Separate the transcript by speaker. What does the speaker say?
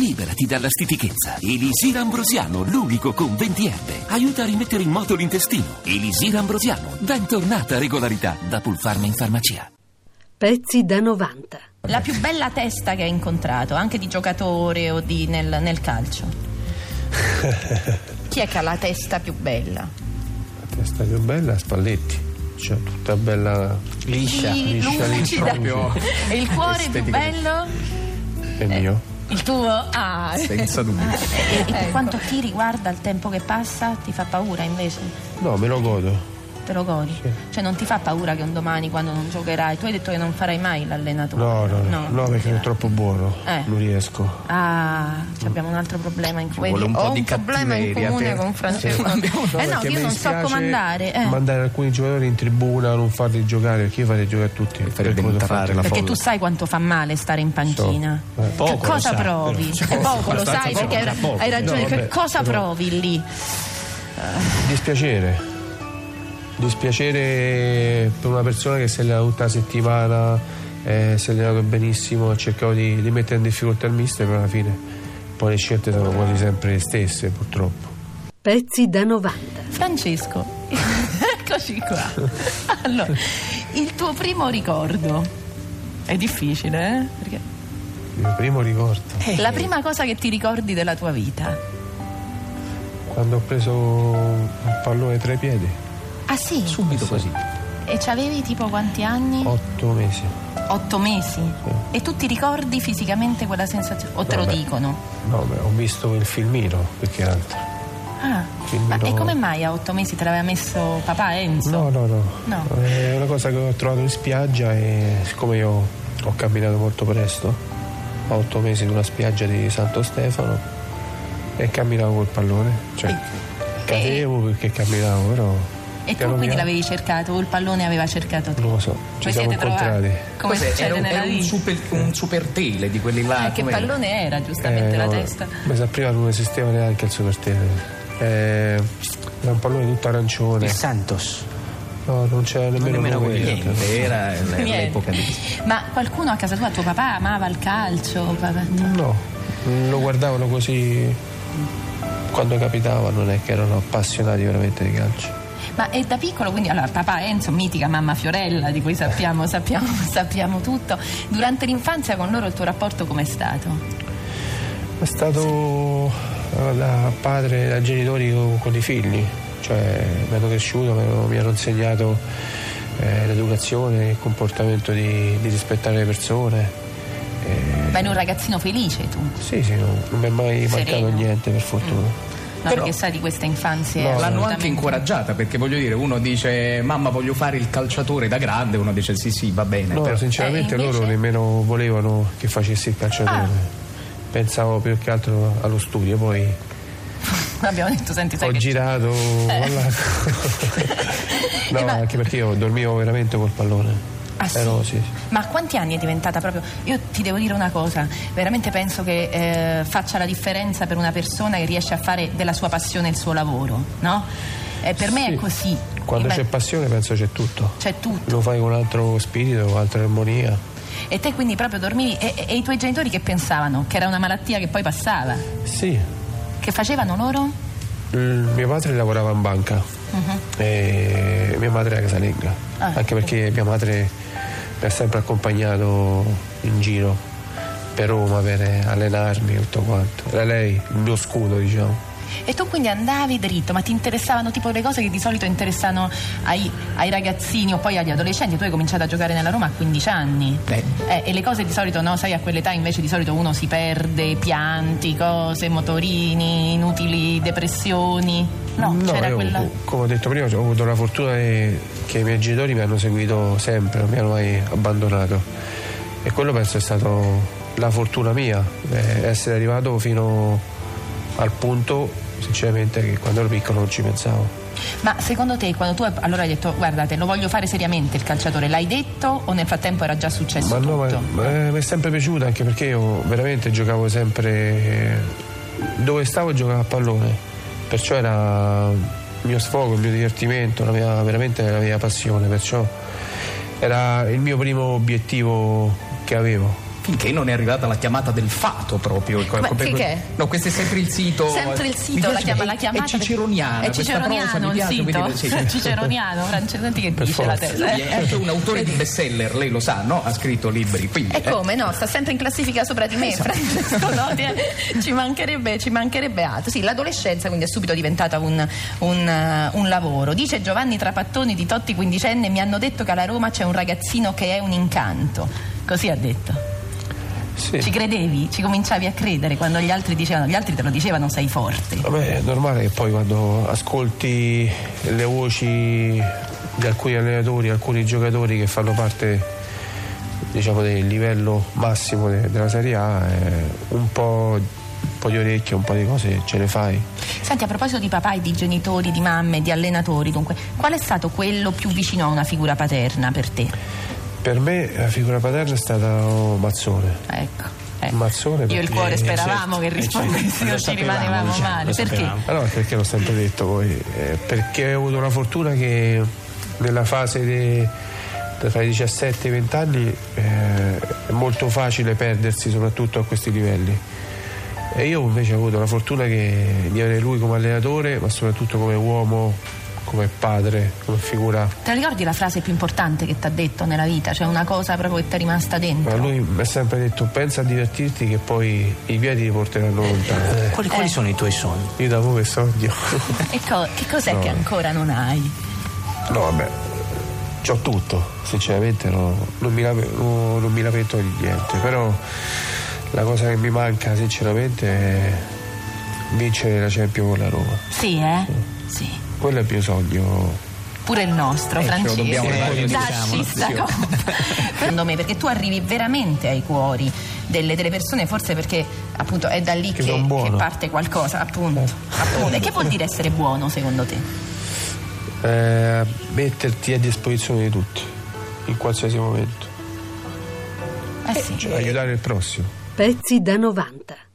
Speaker 1: liberarti dalla stitichezza. Elisir Ambrosiano, l'unico con 20 erbe. Aiuta a rimettere in moto l'intestino. Elisir Ambrosiano, bentornata regolarità da Pulfarma in farmacia.
Speaker 2: Pezzi da 90.
Speaker 3: La più bella testa che hai incontrato, anche di giocatore o di nel, nel calcio. Chi è che ha la testa più bella?
Speaker 4: La testa più bella è Spalletti, cioè tutta bella
Speaker 5: Liscia,
Speaker 3: Sì,
Speaker 4: liscia, liscia
Speaker 3: lucida.
Speaker 4: proprio
Speaker 3: E il cuore più
Speaker 4: Estetica.
Speaker 3: bello? Eh.
Speaker 4: è mio.
Speaker 3: Il tuo? Ah. eh, ecco.
Speaker 5: senza dubbio.
Speaker 3: E, e per quanto ti riguarda il tempo che passa, ti fa paura invece?
Speaker 4: No, me lo godo.
Speaker 3: Te lo godi? Cioè non ti fa paura che un domani quando non giocherai, tu hai detto che non farai mai l'allenatore.
Speaker 4: No, no, no, no, perché non è
Speaker 3: non
Speaker 4: troppo buono,
Speaker 3: Eh.
Speaker 4: non riesco.
Speaker 3: Ah, cioè abbiamo un altro problema in
Speaker 5: vuole
Speaker 3: quello.
Speaker 5: un po'
Speaker 3: Ho un
Speaker 5: di
Speaker 3: problema in
Speaker 5: cattiveria,
Speaker 3: comune
Speaker 5: te.
Speaker 3: con Francesco.
Speaker 4: No,
Speaker 3: eh no,
Speaker 4: perché
Speaker 3: che
Speaker 4: mi
Speaker 3: io non so
Speaker 4: dispiace
Speaker 3: comandare. eh.
Speaker 4: Mandare alcuni giocatori in tribuna, non farli giocare, perché io farei giocare tutti. per
Speaker 5: farebbe
Speaker 4: quello che ho
Speaker 5: entrare
Speaker 4: fatto.
Speaker 5: la
Speaker 3: Perché
Speaker 5: folla.
Speaker 3: tu sai quanto fa male stare in pancina.
Speaker 4: So. Eh,
Speaker 5: poco
Speaker 3: che cosa
Speaker 5: lo sa,
Speaker 3: provi?
Speaker 5: però.
Speaker 3: Eh, poco lo
Speaker 5: Abbastanza
Speaker 3: sai
Speaker 5: poco,
Speaker 3: perché
Speaker 5: già poco.
Speaker 3: hai ragione.
Speaker 4: No,
Speaker 3: che
Speaker 4: vabbè,
Speaker 3: cosa
Speaker 4: però-
Speaker 3: provi lì?
Speaker 4: Dispiacere. Dispiacere per una persona che si è allenata tutta la settimana, eh, si è allenato benissimo, ha cercato di, di mettere in difficoltà il mister, però alla fine poi le scelte sono quasi sempre le stesse, purtroppo.
Speaker 2: Pezzi da 90.
Speaker 3: Francesco, eccoci qua. Allora, il tuo primo ricordo è difficile, eh? Perché
Speaker 4: Il mio primo ricordo,
Speaker 3: la prima cosa che ti ricordi della tua vita.
Speaker 4: quando ho preso un pallone tra i piedi,
Speaker 3: Ah sì?
Speaker 5: Subito così.
Speaker 3: E c'avevi tipo quanti anni?
Speaker 4: otto mesi.
Speaker 3: Otto mesi. E tu ti ricordi fisicamente quella sensazione? O te lo
Speaker 4: Vabbè.
Speaker 3: dicono?
Speaker 4: No, beh, ho visto il filmino, perché altro.
Speaker 3: Ah,
Speaker 4: Quindi
Speaker 3: ma e
Speaker 4: no.
Speaker 3: come mai a otto mesi te l'aveva messo papà Enzo?
Speaker 4: No, no, no,
Speaker 3: No.
Speaker 4: È una cosa che ho trovato in spiaggia e siccome io ho camminato molto presto, a otto mesi in una spiaggia di Santo Stefano e camminavo col pallone. Cioè, cadevo perché camminavo, però.
Speaker 3: E tu
Speaker 4: piano
Speaker 3: quindi
Speaker 4: piano-
Speaker 3: l'avevi cercato, o il pallone aveva cercato te?
Speaker 4: Non lo so, ci
Speaker 3: Voi
Speaker 4: siamo
Speaker 3: siete
Speaker 4: incontrati.
Speaker 3: trovati? Come
Speaker 5: Cos'è?
Speaker 3: succede
Speaker 5: Era un,
Speaker 3: cioè, nella
Speaker 5: era un
Speaker 3: vita?
Speaker 5: super, un super tele di quelli là.
Speaker 3: Eh, che
Speaker 5: com'è?
Speaker 3: pallone era giustamente
Speaker 4: Eh,
Speaker 3: la
Speaker 4: no,
Speaker 3: testa?
Speaker 4: Mi sa prima non esisteva neanche il supertele. Eh, era un pallone tutto arancione.
Speaker 5: Il Santos.
Speaker 4: No, non c'era nemmeno,
Speaker 5: Nemmeno
Speaker 4: lui,
Speaker 5: quello.
Speaker 4: in realtà.
Speaker 5: Niente, era eh, l-
Speaker 3: Niente.
Speaker 5: l'epoca di...
Speaker 3: Ma qualcuno a casa tua, tuo papà amava il calcio? papà-
Speaker 4: No, lo guardavano così quando capitava, non è che erano appassionati veramente di calcio.
Speaker 3: Ma è da piccolo, quindi allora papà Enzo, mitica mamma Fiorella, di cui sappiamo, sappiamo, sappiamo tutto. Durante l'infanzia con loro il tuo rapporto com'è stato?
Speaker 4: È stato eh, da padre, da genitori con, con i figli, cioè mi hanno cresciuto, mi hanno, mi hanno insegnato eh, l'educazione, il comportamento di, di rispettare le persone. Eh,
Speaker 3: Ma eri un ragazzino felice tu? No,
Speaker 4: sì, sì, non, non mi è mai
Speaker 3: Sereno. Mm.
Speaker 4: mancato niente per fortuna.
Speaker 3: perché sai di questa infanzia
Speaker 4: No,
Speaker 5: L'hanno anche
Speaker 3: assolutamente-
Speaker 5: incoraggiata perché voglio dire, uno dice mamma voglio fare il calciatore da grande, uno dice sì sì va bene.
Speaker 4: No,
Speaker 5: però-
Speaker 4: sinceramente
Speaker 3: Eh, invece- Ah.
Speaker 4: loro nemmeno volevano che facessi il calciatore. Pensavo più che altro allo studio, poi
Speaker 3: Abbiamo detto, senti, sai
Speaker 4: ho
Speaker 3: che
Speaker 4: girato. voilà. no,
Speaker 3: Eh, ma-
Speaker 4: anche perché io dormivo veramente col pallone.
Speaker 3: Ah, sì?
Speaker 4: Ero- sì, sì.
Speaker 3: Ma a quanti anni è diventata proprio? Io ti devo dire una cosa, veramente penso che eh, faccia la differenza per una persona che riesce a fare della sua passione il suo lavoro, no? Eh, per me è
Speaker 4: Sì.
Speaker 3: così. Eh,
Speaker 4: Quando
Speaker 3: Beh,
Speaker 4: c'è passione penso c'è tutto.
Speaker 3: c'è tutto.
Speaker 4: Lo fai con altro spirito, altra armonia.
Speaker 3: E te quindi proprio dormivi e, e- e i tuoi genitori che pensavano? Che era una malattia che poi passava?
Speaker 4: Sì.
Speaker 3: Che facevano loro?
Speaker 4: Il mio padre lavorava in banca e mia madre era casalinga,
Speaker 3: Mhm. Ah.
Speaker 4: anche perché mia madre mi ha sempre accompagnato in giro per Roma per allenarmi e tutto quanto. Era lei il mio scudo, diciamo.
Speaker 3: E tu quindi andavi dritto, ma ti interessavano tipo le cose che di solito interessano ai, ai ragazzini o poi agli adolescenti. Tu hai cominciato a giocare nella Roma a 15 anni.
Speaker 5: Eh.
Speaker 3: Eh, e le cose di solito, no, sai, a quell'età invece di solito uno si perde, pianti, cose, motorini, inutili depressioni. No, c'era
Speaker 4: io,
Speaker 3: quella.
Speaker 4: come ho detto prima, ho avuto la fortuna eh, che i miei genitori mi hanno seguito sempre, non mi hanno mai abbandonato. E quello penso è stato la fortuna mia, eh, essere arrivato fino al punto, sinceramente, che quando ero piccolo non ci pensavo.
Speaker 3: Ma secondo te, quando tu hai- allora hai detto, guardate, lo voglio fare seriamente il calciatore, l'hai detto o nel frattempo era già successo
Speaker 4: Ma no,
Speaker 3: tutto?
Speaker 4: ma, ma, eh, mi è sempre piaciuta anche perché io veramente giocavo sempre eh, dove stavo giocavo a pallone, perciò era il mio sfogo, il mio divertimento, la mia- veramente la mia passione, perciò era il mio primo obiettivo che avevo.
Speaker 5: finché non è arrivata la chiamata del fato proprio.
Speaker 3: Ma che- che è?
Speaker 5: No, questo è sempre il sito.
Speaker 3: Sempre il
Speaker 5: Mi
Speaker 3: sito, la,
Speaker 5: piace-
Speaker 3: chiama,
Speaker 5: è-
Speaker 3: la chiamata.
Speaker 5: È ciceroniana.
Speaker 3: È
Speaker 5: questa prosa mi
Speaker 3: ciceroniano il
Speaker 5: piace,
Speaker 3: sito?
Speaker 5: quindi- sì.
Speaker 3: ciceroniano, Francesco, senti che dice la
Speaker 4: forza.
Speaker 3: testa.
Speaker 5: Lui è anche un autore di bestseller, lei lo sa, no? Ha scritto libri, quindi...
Speaker 3: E
Speaker 5: eh.
Speaker 3: come no? Sta sempre in classifica sopra di me,
Speaker 5: Esatto.
Speaker 3: Francesco Noti. eh. Ci mancherebbe, ci mancherebbe altro. Sì, l'adolescenza quindi è subito diventata un, un, eh, un lavoro. Dice Giovanni Trapattoni di Totti quindicenne, mi hanno detto che alla Roma c'è un ragazzino che è un incanto. Così ha detto.
Speaker 4: Sì.
Speaker 3: Ci credevi? Ci cominciavi a credere quando gli altri dicevano, gli altri te lo dicevano sei forte.
Speaker 4: Vabbè, è normale che poi quando ascolti le voci di alcuni allenatori, alcuni giocatori che fanno parte diciamo, del livello massimo de- della Serie A, eh, un, po', un po' di orecchie, un po' di cose ce le fai.
Speaker 3: Senti, a proposito di papà e di genitori, di mamme, di allenatori, dunque, qual è stato quello più vicino a una figura paterna per te?
Speaker 4: Per me la figura paterna è stata oh, Mazzone.
Speaker 3: Ecco. eh.
Speaker 4: Mazzone
Speaker 3: Io e il
Speaker 4: perché-
Speaker 3: cuore
Speaker 4: eh,
Speaker 3: speravamo che rispondessi, non ci rimanevamo male. Perché?
Speaker 4: Allora, perché l'ho sempre detto poi? Eh, perché ho avuto la fortuna che nella fase de- da tra i 17 e i 20 anni eh, è molto facile perdersi, soprattutto a questi livelli. E io invece ho avuto la fortuna che- di avere lui come allenatore, ma soprattutto come uomo, come padre, come figura
Speaker 3: Te la ricordi la frase più importante che ti ha detto nella vita? Cioè una cosa proprio che ti è rimasta
Speaker 4: Ma
Speaker 3: dentro?
Speaker 4: Eh, lui mi ha sempre detto pensa a divertirti che poi i piedi ti porteranno lontano. Eh,
Speaker 6: Quali, quali sono i tuoi sogni?
Speaker 4: Io da voi sogno.
Speaker 3: E co- che cos'è che ancora non hai?
Speaker 4: no vabbè, c'ho tutto, sinceramente no, non, mi lave- no, non mi lamento di niente, però la cosa che mi manca sinceramente è vincere la Champions con la Roma.
Speaker 3: Sì, eh? Sì.
Speaker 4: Quello è il mio sogno.
Speaker 3: Pure il nostro,
Speaker 5: Eh, ce lo
Speaker 3: Francesco.
Speaker 5: dobbiamo dare,
Speaker 3: Dacci
Speaker 5: diciamo,
Speaker 3: sta
Speaker 5: sì.
Speaker 3: coppa. Secondo me, perché tu arrivi veramente ai cuori delle, delle persone, forse perché appunto è da lì che,
Speaker 4: Che sono buono.
Speaker 3: che parte qualcosa, appunto. appunto. E che vuol dire essere buono secondo te?
Speaker 4: Eh, metterti a disposizione di tutti, in qualsiasi momento.
Speaker 3: Eh sì.
Speaker 4: Cioè, aiutare il prossimo.
Speaker 2: Pezzi da 90.